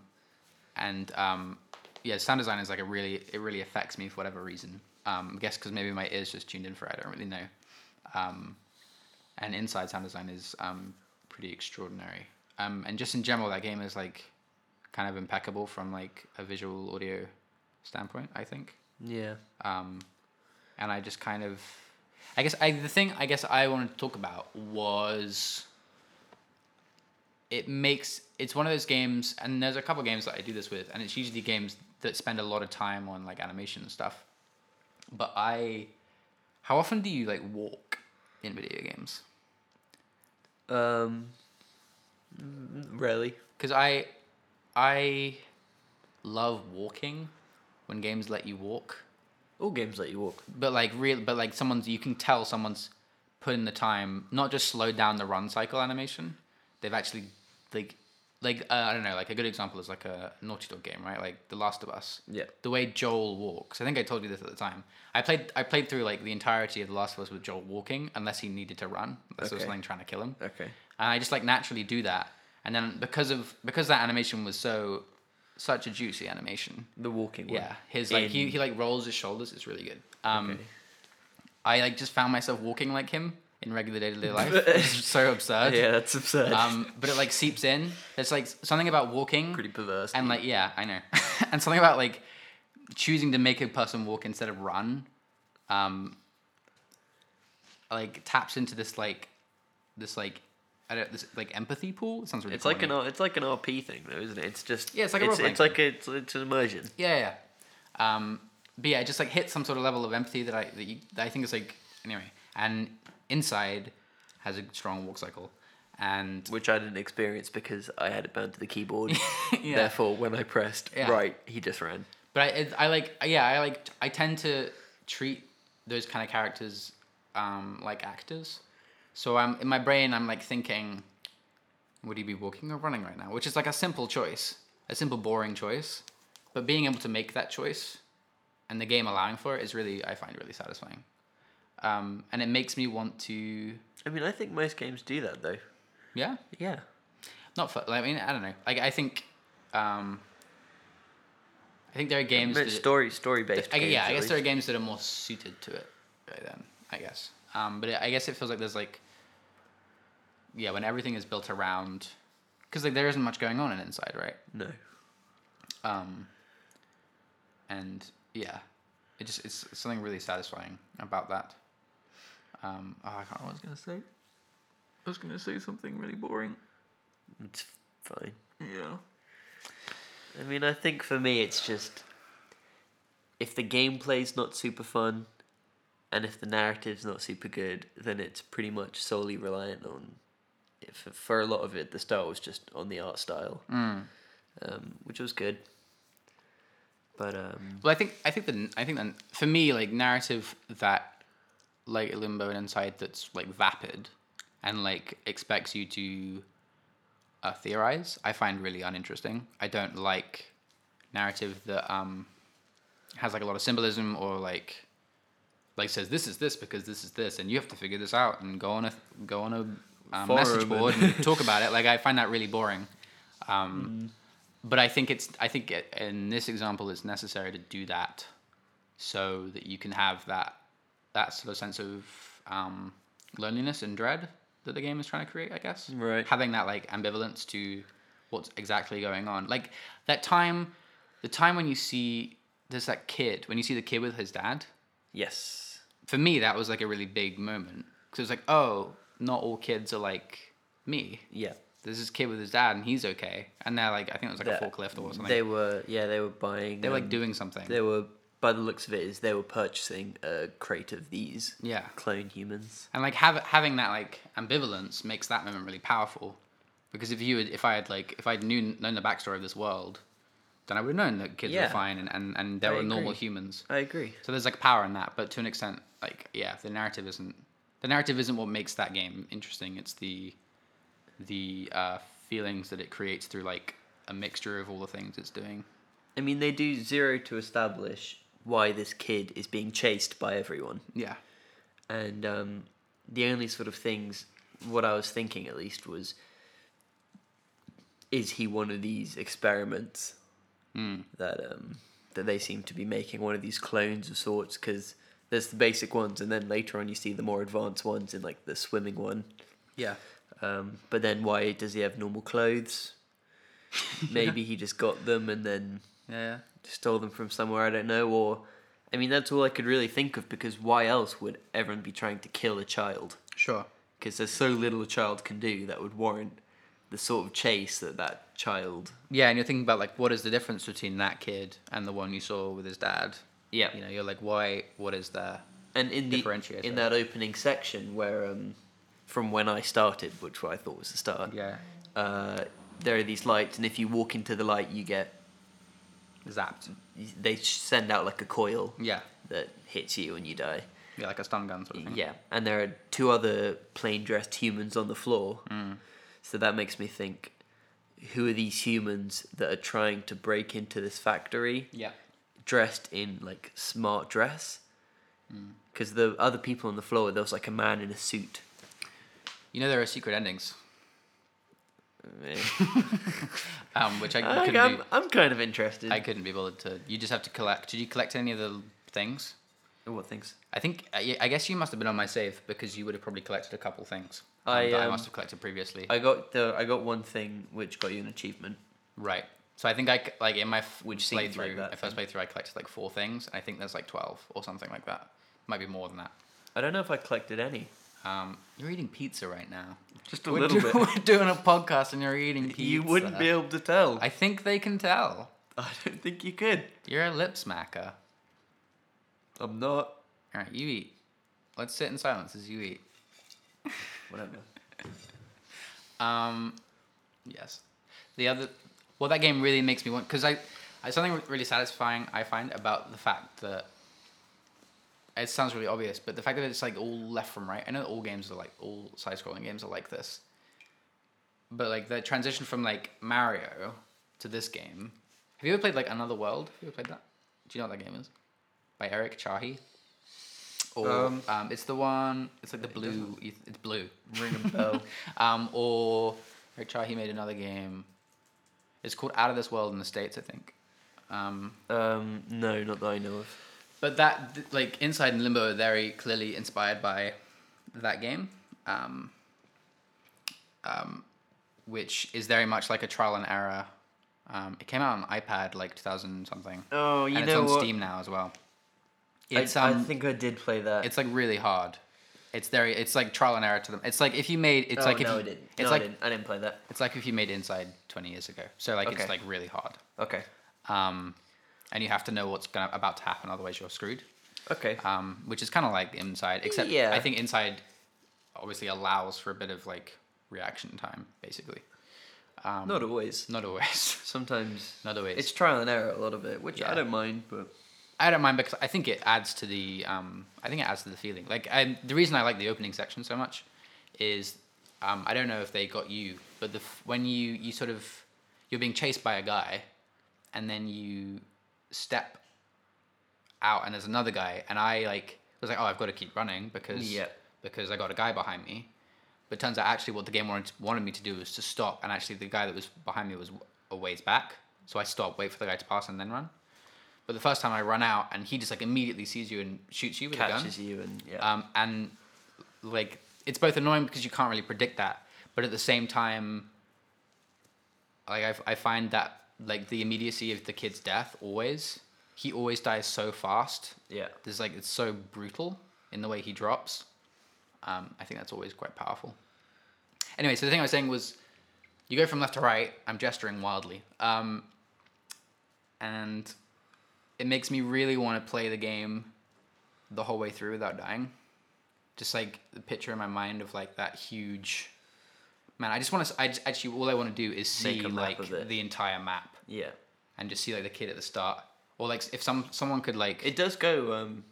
Speaker 1: and um, yeah, sound design is like a really it really affects me for whatever reason. Um, I guess because maybe my ears just tuned in for it. I don't really know. Um, and inside sound design is um, pretty extraordinary. Um, and just in general, that game is like kind of impeccable from like a visual audio standpoint. I think
Speaker 2: Yeah.
Speaker 1: um, and I just kind of, I guess I the thing I guess I wanted to talk about was it makes it's one of those games, and there's a couple games that I do this with, and it's usually games that spend a lot of time on like animation and stuff. But I, how often do you like walk in video games?
Speaker 2: Um. mm, Really.
Speaker 1: Because I, I love walking when games let you walk.
Speaker 2: All games let you walk.
Speaker 1: but like real but like someone's you can tell someone's put in the time not just slowed down the run cycle animation they've actually like like uh, i don't know like a good example is like a naughty dog game right like the last of us
Speaker 2: Yeah.
Speaker 1: the way joel walks i think i told you this at the time i played i played through like the entirety of the last of us with joel walking unless he needed to run unless there was
Speaker 2: Okay.
Speaker 1: something trying to kill him
Speaker 2: Okay.
Speaker 1: and I just like naturally do that. And then because of because that animation was so such a juicy animation,
Speaker 2: The walking one.
Speaker 1: yeah, his like he,
Speaker 2: In-
Speaker 1: he like rolls his shoulders. It's really good. Um,
Speaker 2: Okay.
Speaker 1: I like just found myself walking like him in regular day to
Speaker 2: [laughs]
Speaker 1: day life. It's so absurd.
Speaker 2: [laughs] Yeah, that's absurd.
Speaker 1: Um, but it like seeps in. There's like something about walking
Speaker 2: [laughs] Pretty perverse.
Speaker 1: and like yeah, I know, [laughs] and something about like choosing to make a person walk instead of run, um, like taps into this like this like I don't this like empathy pool. It sounds really
Speaker 2: It's like an
Speaker 1: corny.
Speaker 2: R- it's like an RP thing though, isn't it? It's just
Speaker 1: Yeah, it's like a
Speaker 2: it's,
Speaker 1: role-playing
Speaker 2: it's like a, it's, it's an immersion.
Speaker 1: yeah yeah, yeah. Um, but yeah, it just like hits some sort of level of empathy that I that, you, that I think is like anyway. And inside has a strong walk cycle, and
Speaker 2: Which I didn't experience because I had it bound to the keyboard.
Speaker 1: [laughs] Yeah.
Speaker 2: Therefore, when I pressed
Speaker 1: Yeah.
Speaker 2: right, he just ran.
Speaker 1: But I, it, I like, yeah, I like, I tend to treat those kind of characters um, like actors. So I'm in my brain, I'm like thinking, would he be walking or running right now? Which is like a simple choice, a simple boring choice. But being able to make that choice, and the game allowing for it, is really I find really satisfying. Um, and it makes me want to,
Speaker 2: I mean, I think most games do that though.
Speaker 1: yeah,
Speaker 2: Yeah.
Speaker 1: not for. I mean, I don't know. Like I think, um, I think there are games.
Speaker 2: But
Speaker 1: that-
Speaker 2: story story based.
Speaker 1: I, yeah, I guess there are games that are more suited to it by then. I guess, um, but it, I guess it feels like there's like, yeah, when everything is built around, because like there isn't much going on in inside, right?
Speaker 2: no.
Speaker 1: Um, and yeah, it just it's something really satisfying about that. Um, oh, I can't. remember What I was gonna say? I was gonna say something really boring.
Speaker 2: It's fine.
Speaker 1: Yeah.
Speaker 2: I mean, I think for me, it's just if the gameplay's not super fun, and if the narrative's not super good, then it's pretty much solely reliant on. If for a lot of it, the style was just on the art style,
Speaker 1: Mm.
Speaker 2: um, which was good. But um,
Speaker 1: Well, I think I think the I think the, for me like narrative that like limbo and inside that's like vapid and like expects you to uh, theorize. I find really uninteresting. I don't like narrative that um has like a lot of symbolism or like like says this is this because this is this and you have to figure this out and go on a go on a um, message
Speaker 2: Forum and-
Speaker 1: board
Speaker 2: [laughs]
Speaker 1: and talk about it. Like I find that really boring. Um,
Speaker 2: Mm.
Speaker 1: but I think it's I think it- in this example it's necessary to do that so that you can have that that sort of sense of um, loneliness and dread that the game is trying to create. I guess
Speaker 2: Right.
Speaker 1: having that like ambivalence to what's exactly going on. Like that time, the time when you see there's that kid when you see the kid with his dad.
Speaker 2: yes,
Speaker 1: For me, that was like a really big moment because it was like, oh, not all kids are like me.
Speaker 2: yeah,
Speaker 1: There's this kid with his dad and he's okay, and they're like I think it was like
Speaker 2: That-
Speaker 1: a forklift or something.
Speaker 2: they were yeah they were buying
Speaker 1: They were like
Speaker 2: um,
Speaker 1: doing something.
Speaker 2: they were by the looks of it is they were purchasing a crate of these
Speaker 1: Yeah.
Speaker 2: clone humans
Speaker 1: And like have, having that like ambivalence makes that moment really powerful, because if you had, if I had like if I'd knew known the backstory of this world, then I would have known that kids
Speaker 2: Yeah.
Speaker 1: were fine and and, and they
Speaker 2: I
Speaker 1: were normal
Speaker 2: agree.
Speaker 1: humans.
Speaker 2: I agree
Speaker 1: So there's like power in that, but to an extent, like yeah, the narrative isn't the narrative isn't what makes that game interesting. It's the the uh, feelings that it creates through like a mixture of all the things it's doing.
Speaker 2: I mean, they do zero to establish why this kid is being chased by everyone.
Speaker 1: Yeah.
Speaker 2: And um, the only sort of things, what I was thinking at least, was is he one of these experiments that um, that they seem to be making, one of these clones of sorts? Because there's the basic ones, and then later on you see the more advanced ones in like the swimming one.
Speaker 1: Yeah.
Speaker 2: Um, but then why does he have normal clothes? Maybe he just got them and then
Speaker 1: Yeah.
Speaker 2: stole them from somewhere I don't know, or I mean that's all I could really think of because why else would everyone be trying to kill a child?
Speaker 1: Sure.
Speaker 2: Because there's so little a child can do that would warrant the sort of chase that that child.
Speaker 1: Yeah, and you're thinking about like what is the difference between that kid and the one you saw with his dad?
Speaker 2: Yeah,
Speaker 1: You know, you're like, why? What is there?
Speaker 2: and in the
Speaker 1: differentiator.
Speaker 2: in that opening section where um, from when I started, which I thought was the start,
Speaker 1: Yeah,
Speaker 2: uh, there are these lights, and if you walk into the light, you get
Speaker 1: zapped.
Speaker 2: they send out like a coil
Speaker 1: Yeah,
Speaker 2: that hits you and you die.
Speaker 1: Yeah, like a stun gun sort of thing.
Speaker 2: Yeah, and there are two other plain dressed humans on the floor.
Speaker 1: Mm.
Speaker 2: So that makes me think who are these humans that are trying to break into this factory
Speaker 1: Yeah.
Speaker 2: dressed in like smart dress?
Speaker 1: Mm.
Speaker 2: Because the other people on the floor, there was like a man in a suit.
Speaker 1: You know there are secret endings,
Speaker 2: [laughs] Eh,
Speaker 1: um, which [laughs] I
Speaker 2: I
Speaker 1: couldn't,
Speaker 2: am
Speaker 1: be,
Speaker 2: I'm kind of interested.
Speaker 1: I couldn't be bothered to. You just have to collect. Did you collect any of the things?
Speaker 2: Oh, what things?
Speaker 1: I think I I guess you must have been on my save because you would have probably collected a couple things um,
Speaker 2: I,
Speaker 1: that I
Speaker 2: um,
Speaker 1: must have collected previously.
Speaker 2: I got the I got one thing which got you an achievement.
Speaker 1: right. So I think I c- like in my f-
Speaker 2: Which seems like
Speaker 1: playthrough,
Speaker 2: that
Speaker 1: my first playthrough, I collected like four things. And I think there's like twelve or something like that. Might be more than that.
Speaker 2: I don't know if I collected any.
Speaker 1: Um, you're eating pizza right now.
Speaker 2: Just a
Speaker 1: we're
Speaker 2: little
Speaker 1: do- [laughs]
Speaker 2: bit.
Speaker 1: We're doing a podcast and you're eating pizza.
Speaker 2: [laughs] You wouldn't be able to tell.
Speaker 1: I think they can tell.
Speaker 2: I don't think you could.
Speaker 1: You're a lip smacker.
Speaker 2: I'm not.
Speaker 1: All right, you eat. Let's sit in silence as you eat.
Speaker 2: Whatever.
Speaker 1: Um, yes. The other, well, that game really makes me want because I, I something really satisfying I find about the fact that it sounds really obvious, but the fact that it's like all left from right. I know all games are like all side-scrolling games are like this, but like the transition from like Mario to this game. Have you ever played like Another World? Have you ever played that? Do you know what that game is? By Eric Chahi. Or um,
Speaker 2: Um,
Speaker 1: it's the one. It's like the blue. E, It's blue.
Speaker 2: Ring a bell.
Speaker 1: Um, or Rick Chahi made another game. It's called Out of This World in the States, I think. Um,
Speaker 2: [laughs] Um, no, not that I know of.
Speaker 1: but that, th- like, Inside and Limbo are very clearly inspired by that game, um, um, which is very much like a trial and error. Um, it came out on iPad like 2000 something.
Speaker 2: Oh,
Speaker 1: and it's on Steam now as well. It's,
Speaker 2: I,
Speaker 1: um,
Speaker 2: think I did play that.
Speaker 1: it's like really hard. It's very, it's like trial and error to them. It's like if you made, it's like if
Speaker 2: Oh, no,
Speaker 1: you,
Speaker 2: I didn't.
Speaker 1: it's
Speaker 2: no,
Speaker 1: like
Speaker 2: I didn't. I didn't play that.
Speaker 1: It's like if you made Inside 20 years ago. So like
Speaker 2: Okay.
Speaker 1: it's like really hard.
Speaker 2: Okay.
Speaker 1: Um, and you have to know what's gonna about to happen, otherwise you're screwed.
Speaker 2: Okay.
Speaker 1: Um, which is kind of like Inside, except
Speaker 2: Yeah.
Speaker 1: I think Inside obviously allows for a bit of like reaction time, basically. Um,
Speaker 2: not always.
Speaker 1: not always. [laughs]
Speaker 2: Sometimes.
Speaker 1: not always.
Speaker 2: It's trial and error a lot of it, which
Speaker 1: Yeah.
Speaker 2: I don't mind, but
Speaker 1: I don't mind because I think it adds to the um, I think it adds to the feeling. Like I, the reason I like the opening section so much is um, I don't know if they got you, but the f- when you you sort of you're being chased by a guy, and then you step out and there's another guy, and I like was like oh I've got to keep running because
Speaker 2: Yeah.
Speaker 1: because I got a guy behind me, but turns out actually what the game wanted wanted me to do was to stop, and actually the guy that was behind me was a ways back, so I stopped, wait for the guy to pass, and then run. But the first time I run out, and he just like immediately sees you and shoots you with
Speaker 2: catches you and
Speaker 1: a
Speaker 2: yeah.
Speaker 1: gun. Um, and like it's both annoying because you can't really predict that, but at the same time, like I, I find that like the immediacy of the kid's death always, he always dies so fast.
Speaker 2: yeah.
Speaker 1: There's like it's so brutal in the way he drops. Um, I think that's always quite powerful. Anyway, so the thing I was saying was, you go from left to right. I'm gesturing wildly, um, and it makes me really want to play the game the whole way through without dying. Just like the picture in my mind of like that huge man. I just want to. I just- actually all I want to do is see
Speaker 2: Make a map
Speaker 1: like
Speaker 2: of it.
Speaker 1: the entire map
Speaker 2: Yeah.
Speaker 1: and just see like the kid at the start, or like if some someone could like
Speaker 2: It does go um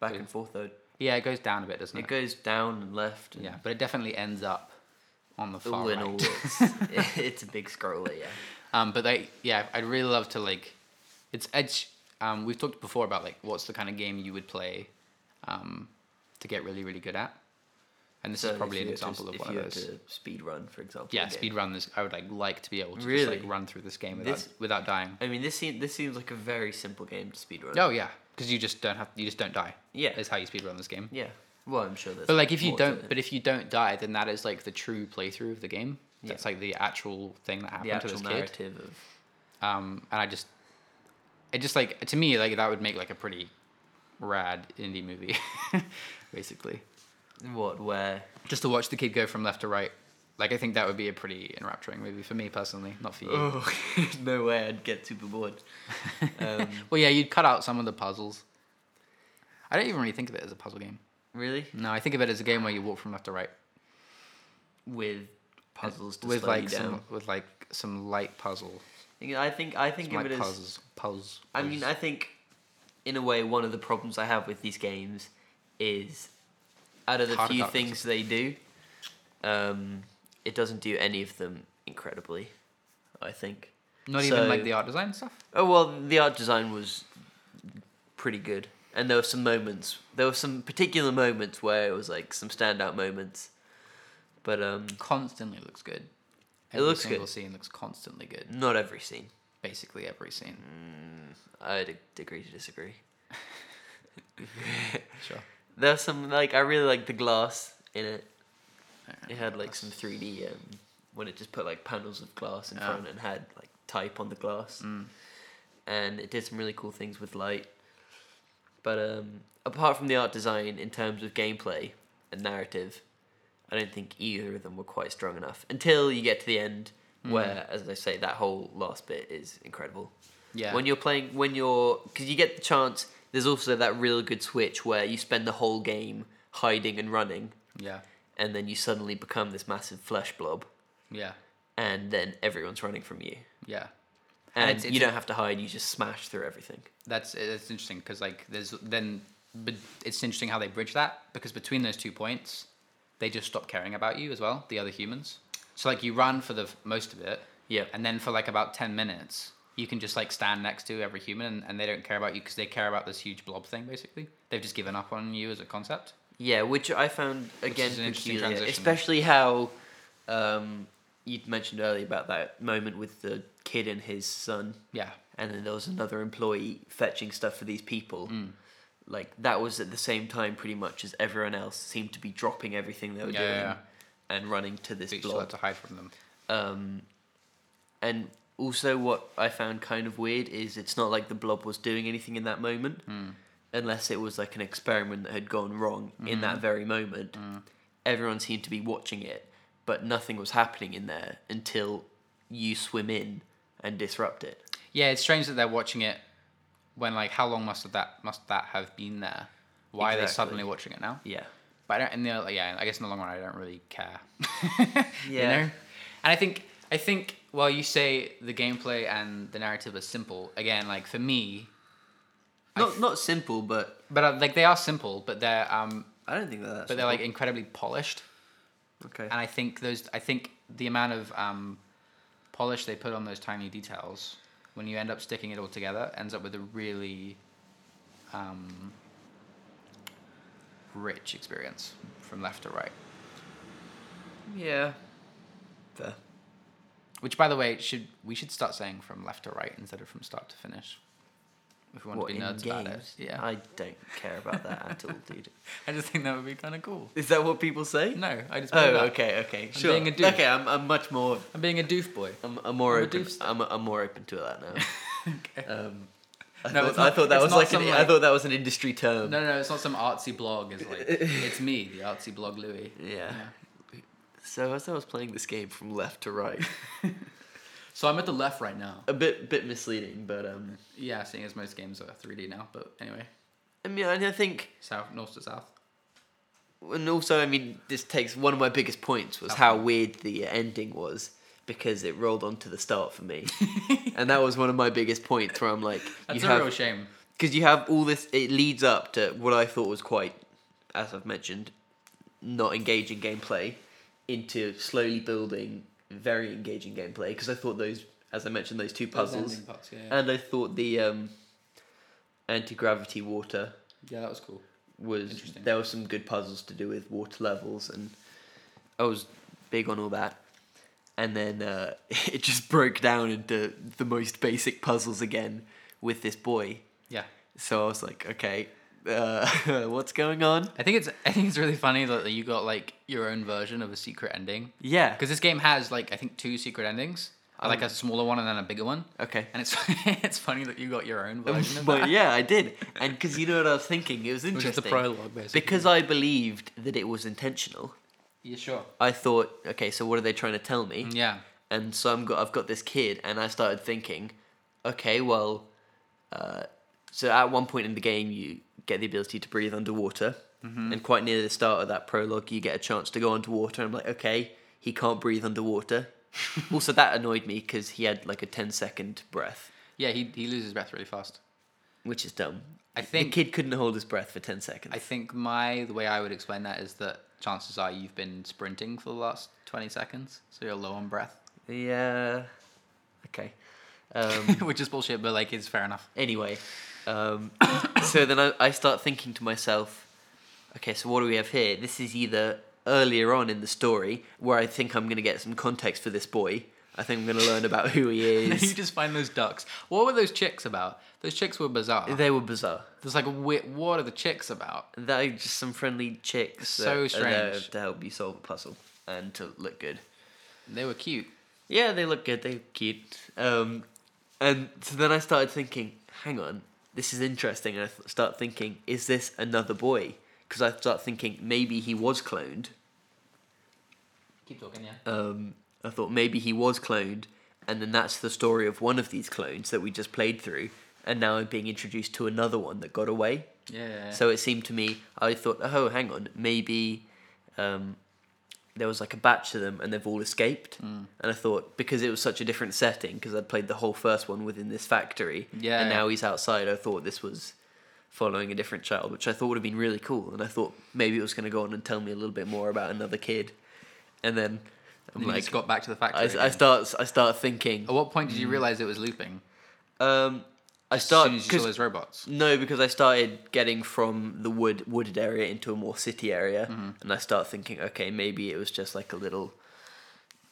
Speaker 2: back and forth though.
Speaker 1: Yeah, it goes down a bit, doesn't it?
Speaker 2: It goes down and left. And
Speaker 1: yeah, but it definitely ends up on the far
Speaker 2: All in
Speaker 1: right. [laughs]
Speaker 2: all, it's, [laughs] it's a big scroller. Yeah.
Speaker 1: Um, but I, yeah, I'd really love to like, it's edge. Um, we've talked before about like what's the kind of game you would play, um, to get really really good at, and this
Speaker 2: So
Speaker 1: is
Speaker 2: if
Speaker 1: probably
Speaker 2: you
Speaker 1: an
Speaker 2: were to-
Speaker 1: example of
Speaker 2: if
Speaker 1: one of
Speaker 2: you were
Speaker 1: those.
Speaker 2: to speed run, for example.
Speaker 1: Yeah,
Speaker 2: a game.
Speaker 1: speed run this. I would like like to be able to just
Speaker 2: Really?
Speaker 1: like run through this game without
Speaker 2: This-
Speaker 1: without dying.
Speaker 2: I mean, this seems this seems like a very simple game to speed run.
Speaker 1: Oh yeah, because you just don't have you just don't die.
Speaker 2: Yeah.
Speaker 1: is how you speed run this game.
Speaker 2: Yeah. Well, I'm sure that's.
Speaker 1: But like if you
Speaker 2: more to
Speaker 1: don't,
Speaker 2: it.
Speaker 1: but if you don't die, then that is like the true playthrough of the game.
Speaker 2: Yeah.
Speaker 1: That's like the actual thing that happened
Speaker 2: the
Speaker 1: to
Speaker 2: actual
Speaker 1: this kid.
Speaker 2: narrative of
Speaker 1: um, and I just, it just like to me like that would make like a pretty rad indie movie, [laughs] basically.
Speaker 2: what where
Speaker 1: Just to watch the kid go from left to right, like I think that would be a pretty enrapturing movie for me personally, not for you.
Speaker 2: oh [laughs] no way I'd get super bored.
Speaker 1: [laughs]
Speaker 2: Um,
Speaker 1: Well, yeah, you'd cut out some of the puzzles. I don't even really think of it as a puzzle game.
Speaker 2: really,
Speaker 1: No, I think of it as a game where you walk from left to right
Speaker 2: with puzzles to
Speaker 1: with
Speaker 2: slow you
Speaker 1: like
Speaker 2: down.
Speaker 1: some with like some light puzzle,
Speaker 2: I think I think
Speaker 1: some
Speaker 2: of
Speaker 1: light
Speaker 2: it as.
Speaker 1: puzzles, puzzles.
Speaker 2: I mean, I think in a way, one of the problems I have with these games is out of the
Speaker 1: Hard
Speaker 2: few
Speaker 1: about
Speaker 2: things they do, um, it doesn't do any of them incredibly, I think.
Speaker 1: Not
Speaker 2: So-
Speaker 1: even like the art design stuff.
Speaker 2: Oh well, the art design was pretty good, and there were some moments. There were some particular moments where it was like some standout moments, but um,
Speaker 1: Constantly looks good.
Speaker 2: It
Speaker 1: Every
Speaker 2: looks
Speaker 1: single
Speaker 2: good.
Speaker 1: scene looks constantly good.
Speaker 2: not every scene.
Speaker 1: Basically every scene.
Speaker 2: Mm. I'd agree to disagree.
Speaker 1: Sure.
Speaker 2: There's some like I really like the glass in it.
Speaker 1: Alright.
Speaker 2: It had like some three D um, when it just put like panels of glass in
Speaker 1: Yeah. Mm.
Speaker 2: front and had like type on the glass, and it did some really cool things with light. But um, apart from the art design, in terms of gameplay and narrative, I don't think either of them were quite strong enough until you get to the end,
Speaker 1: Mm.
Speaker 2: where, as I say, that whole last bit is incredible
Speaker 1: Yeah.
Speaker 2: when you're playing when you're because you get the chance there's also that real good switch where you spend the whole game hiding and running
Speaker 1: yeah.
Speaker 2: and then you suddenly become this massive flesh blob
Speaker 1: Yeah.
Speaker 2: and then everyone's running from you
Speaker 1: Yeah.
Speaker 2: and,
Speaker 1: it's-
Speaker 2: you
Speaker 1: it's-
Speaker 2: don't have to hide you just smash through everything
Speaker 1: That's that's interesting because like there's then but it's interesting how they bridge that because between those two points, they just stop caring about you as well. The other humans. So like you run for the f- most of it,
Speaker 2: yeah
Speaker 1: and then for like about ten minutes, you can just like stand next to every human, and, and they don't care about you because they care about this huge blob thing. Basically, they've just given up on you as a concept.
Speaker 2: yeah which i found again
Speaker 1: is an interesting
Speaker 2: peculiar,
Speaker 1: transition.
Speaker 2: especially how um, you mentioned earlier about that moment with the kid and his son
Speaker 1: Yeah.
Speaker 2: and then there was another employee fetching stuff for these people.
Speaker 1: Mm.
Speaker 2: Like that was at the same time, pretty much as everyone else seemed to be dropping everything they were
Speaker 1: Yeah,
Speaker 2: doing
Speaker 1: yeah, yeah.
Speaker 2: and running to this
Speaker 1: So you still have
Speaker 2: blob.
Speaker 1: to hide from them.
Speaker 2: Um, and also, what I found kind of weird is it's not like the blob was doing anything in that moment, unless it was like an experiment that had gone wrong in that very moment. Everyone seemed to be watching it, but nothing was happening in there until you swim in and disrupt it.
Speaker 1: Yeah, it's strange that they're watching it when like how long must that must that have been there? Why are they
Speaker 2: Exactly.
Speaker 1: suddenly watching it now?
Speaker 2: Yeah.
Speaker 1: But I don't, in the yeah, I guess in the long run, I don't really care. [laughs] you
Speaker 2: Yeah.
Speaker 1: know, and I think I think while you say the gameplay and the narrative are simple, again, like for me,
Speaker 2: not not simple, but
Speaker 1: but uh, like they are simple, but they're um,
Speaker 2: I don't think that. That's
Speaker 1: but they're like incredibly polished,
Speaker 2: okay.
Speaker 1: and I think those I think the amount of um, polish they put on those tiny details when you end up sticking it all together ends up with a really um, rich experience from left to right.
Speaker 2: yeah. Fair.
Speaker 1: Which, by the way, should we should start saying from left to right instead of from start to finish. If we want
Speaker 2: What
Speaker 1: to
Speaker 2: in
Speaker 1: be nerds about it,
Speaker 2: games?
Speaker 1: yeah. I,
Speaker 2: I don't care about that at all, dude.
Speaker 1: just think that would be kind of cool.
Speaker 2: Is that what people say?
Speaker 1: No, I just.
Speaker 2: Oh,
Speaker 1: made it up.
Speaker 2: okay, okay,
Speaker 1: I'm
Speaker 2: sure.
Speaker 1: being a doof.
Speaker 2: Okay, I'm, I'm much more.
Speaker 1: I'm being a doof boy.
Speaker 2: I'm, I'm more
Speaker 1: I'm a
Speaker 2: open.
Speaker 1: doof
Speaker 2: I'm, I'm more open to that now.
Speaker 1: [laughs] Okay.
Speaker 2: um, I,
Speaker 1: No,
Speaker 2: thought,
Speaker 1: it's
Speaker 2: I
Speaker 1: not-
Speaker 2: thought that
Speaker 1: it's
Speaker 2: was
Speaker 1: not
Speaker 2: like, an,
Speaker 1: some,
Speaker 2: I
Speaker 1: like-
Speaker 2: thought that was an industry term.
Speaker 1: No, no, no, it's not some artsy blog. It's
Speaker 2: [laughs]
Speaker 1: like it's me, the artsy blog Louis.
Speaker 2: Yeah. So as I was playing this game from left to right,
Speaker 1: So I'm at the left right now.
Speaker 2: a bit bit misleading, but um,
Speaker 1: Yeah, seeing as most games are 3D now. But anyway,
Speaker 2: I mean, I think
Speaker 1: south, north to south.
Speaker 2: And also, I mean, this takes one of my biggest points was
Speaker 1: Okay.
Speaker 2: how weird the ending was because it rolled onto the start
Speaker 1: [laughs]
Speaker 2: for me, and that was one of my biggest points where I'm like,
Speaker 1: That's
Speaker 2: you
Speaker 1: a real
Speaker 2: have
Speaker 1: shame.
Speaker 2: because you have all this. It leads up to what I thought was quite, as I've mentioned, not engaging gameplay, into slowly building very engaging gameplay because I thought those, as I mentioned, those two
Speaker 1: Those
Speaker 2: puzzles,
Speaker 1: ending parts, yeah, yeah.
Speaker 2: and I thought the um, anti gravity water
Speaker 1: yeah, that was cool.
Speaker 2: was
Speaker 1: Interesting.
Speaker 2: there were some good puzzles to do with water levels and I was big on all that. And then uh, [laughs] it just broke down into the most basic puzzles again with this boy.
Speaker 1: Yeah.
Speaker 2: So I was like, okay, uh, [laughs] what's going on?
Speaker 1: I think it's [laughs] I think it's really funny that, that you got like your own version of a secret ending.
Speaker 2: Yeah.
Speaker 1: Because this game has like I think two secret endings, Uh, like a smaller one and then a bigger one,
Speaker 2: Okay.
Speaker 1: and it's [laughs] it's funny that you got your own version of
Speaker 2: [laughs] But
Speaker 1: that.
Speaker 2: yeah, I did. And because you know what I was thinking, it was
Speaker 1: Which is
Speaker 2: interesting.
Speaker 1: the prologue, basically.
Speaker 2: because I believed that it was intentional,
Speaker 1: yeah, sure.
Speaker 2: I thought, okay, so what are they trying to tell me?
Speaker 1: Yeah,
Speaker 2: and so I'm got I've got this kid, and I started thinking, okay, well, uh, so at one point in the game you get the ability to breathe underwater, and quite near the start of that prologue you get a chance to go underwater. I'm like, okay, he can't breathe underwater. also, that annoyed me because he had like a 10 second breath.
Speaker 1: yeah. He he loses breath really fast.
Speaker 2: which is dumb.
Speaker 1: I
Speaker 2: the
Speaker 1: think
Speaker 2: kid couldn't hold his breath for ten seconds.
Speaker 1: I think my the way I would explain that is that chances are you've been sprinting for the last twenty seconds, so you're low on breath,
Speaker 2: yeah. Okay. [laughs]
Speaker 1: [laughs]
Speaker 2: Um,
Speaker 1: which is bullshit, but like it's fair enough. [laughs]
Speaker 2: anyway, um, [coughs] so then I, I start thinking to myself, okay, so what do we have here? This is either earlier on in the story where I think I'm going to get some context for this boy. I think I'm going to learn about who he
Speaker 1: Then [laughs] you
Speaker 2: is.
Speaker 1: just find those ducks. What were those chicks about? Those chicks were bizarre.
Speaker 2: they were bizarre.
Speaker 1: There's like, wi- what are the chicks about?
Speaker 2: They're just some friendly chicks.
Speaker 1: So
Speaker 2: that are there
Speaker 1: strange.
Speaker 2: to help you solve a puzzle and to look good.
Speaker 1: They were cute.
Speaker 2: Yeah, they look good. They're cute. Um, and so then I started thinking, hang on, this is interesting. And I th- start thinking, is this another boy? Because I start thinking maybe he was cloned.
Speaker 1: Keep talking, yeah.
Speaker 2: Um, I thought maybe he was cloned, and then that's the story of one of these clones that we just played through. And now I'm being introduced to another one that got away.
Speaker 1: Yeah.
Speaker 2: [laughs] So it seemed to me, I thought, oh, hang on, maybe um, there was like a batch of them and they've all escaped.
Speaker 1: Hmm.
Speaker 2: And I thought, because it was such a different setting, because I'd played the whole first one within this factory,
Speaker 1: Yeah,
Speaker 2: and
Speaker 1: yeah.
Speaker 2: now he's outside, I thought this was following a different child, which I thought would have been really cool. And I thought maybe it was going to go on and tell me a little bit more about another kid. And then I'm
Speaker 1: And you
Speaker 2: like,
Speaker 1: just got back to the factory.
Speaker 2: I, I Mm.
Speaker 1: again.
Speaker 2: start, I start thinking.
Speaker 1: At what point did you realize it was looping?
Speaker 2: Um, I
Speaker 1: Oh. As
Speaker 2: start
Speaker 1: soon as you saw
Speaker 2: 'cause- Mm.
Speaker 1: those robots.
Speaker 2: No, because I started getting from the wood wooded area into a more city area,
Speaker 1: Mm-hmm.
Speaker 2: and I start thinking, okay, maybe it was just like a little,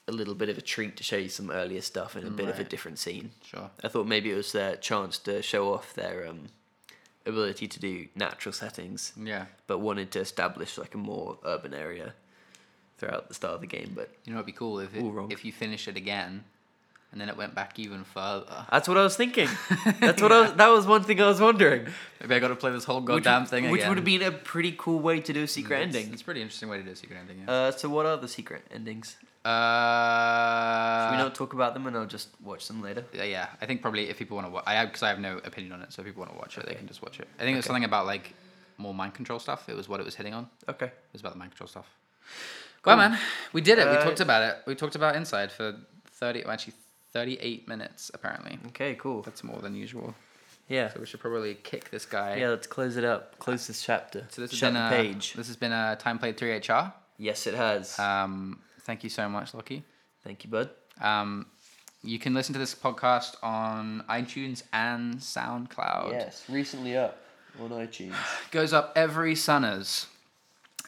Speaker 2: a little bit of a treat to show you some earlier stuff in a bit of a
Speaker 1: Right.
Speaker 2: different scene.
Speaker 1: Sure.
Speaker 2: I thought maybe it was their chance to show off their um, ability to do natural settings,
Speaker 1: Yeah.
Speaker 2: but wanted to establish like a more urban area throughout the start of the game. But
Speaker 1: You know, it'd be cool if it,
Speaker 2: All wrong.
Speaker 1: if you finish it again, and then it went back even further.
Speaker 2: that's what I was thinking. That's what I
Speaker 1: [laughs]
Speaker 2: was, that was one thing I was wondering.
Speaker 1: Maybe I got to play this whole goddamn
Speaker 2: which,
Speaker 1: thing
Speaker 2: which
Speaker 1: again.
Speaker 2: would have been a pretty cool way to do a secret
Speaker 1: It's-
Speaker 2: ending.
Speaker 1: It's a pretty interesting way to do a secret ending. Yeah.
Speaker 2: Uh, so what are the secret endings?
Speaker 1: Uh,
Speaker 2: Should we not talk about them and I'll just watch them later?
Speaker 1: yeah, Uh, yeah, I think probably if people want to watch, I because I have no opinion on it, so if people want to watch it, they
Speaker 2: Okay.
Speaker 1: can just watch it. I think it was
Speaker 2: Okay.
Speaker 1: something about like more mind control stuff. It was what it was hitting on. It
Speaker 2: Okay.
Speaker 1: was about the mind control stuff. Well, man, we did it. we
Speaker 2: Uh,
Speaker 1: talked about it. We talked about Inside for thirty, well, actually thirty-eight minutes apparently.
Speaker 2: Okay, cool.
Speaker 1: That's more than usual.
Speaker 2: Yeah.
Speaker 1: So we should probably kick this guy.
Speaker 2: Yeah, let's close it up. Close this chapter.
Speaker 1: So this has
Speaker 2: Shut
Speaker 1: been
Speaker 2: the
Speaker 1: a,
Speaker 2: page.
Speaker 1: This has been a time played three HR.
Speaker 2: Yes, it has.
Speaker 1: Um, thank you so much, Lockie.
Speaker 2: Thank you, bud.
Speaker 1: Um, you can listen to this podcast on iTunes and SoundCloud.
Speaker 2: recently up on iTunes.
Speaker 1: Goes up every Sunners.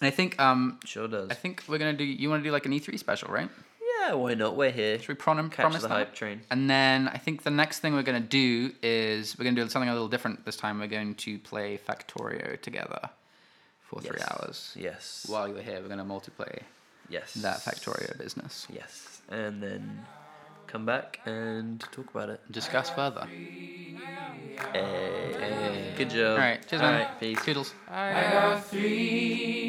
Speaker 1: And I think um,
Speaker 2: [sighs] Sure does.
Speaker 1: I think we're gonna do. You want to do like an E3 special, right?
Speaker 2: yeah, why not? We're here.
Speaker 1: Should we pron-
Speaker 2: Catch
Speaker 1: promise
Speaker 2: the
Speaker 1: that?
Speaker 2: hype train.
Speaker 1: And then I think the next thing we're gonna do is we're gonna do something a little different this time. We're going to play Factorio together for three
Speaker 2: Yes.
Speaker 1: hours.
Speaker 2: Yes.
Speaker 1: While you're here, we're gonna multiplayer
Speaker 2: Yes.
Speaker 1: that Factorio business.
Speaker 2: Yes. And then come back and talk about it.
Speaker 1: and Discuss further.
Speaker 2: Hey. Good job.
Speaker 1: All right. Cheers,
Speaker 2: All
Speaker 1: man.
Speaker 2: right, peace.
Speaker 1: Toodles.
Speaker 4: I got three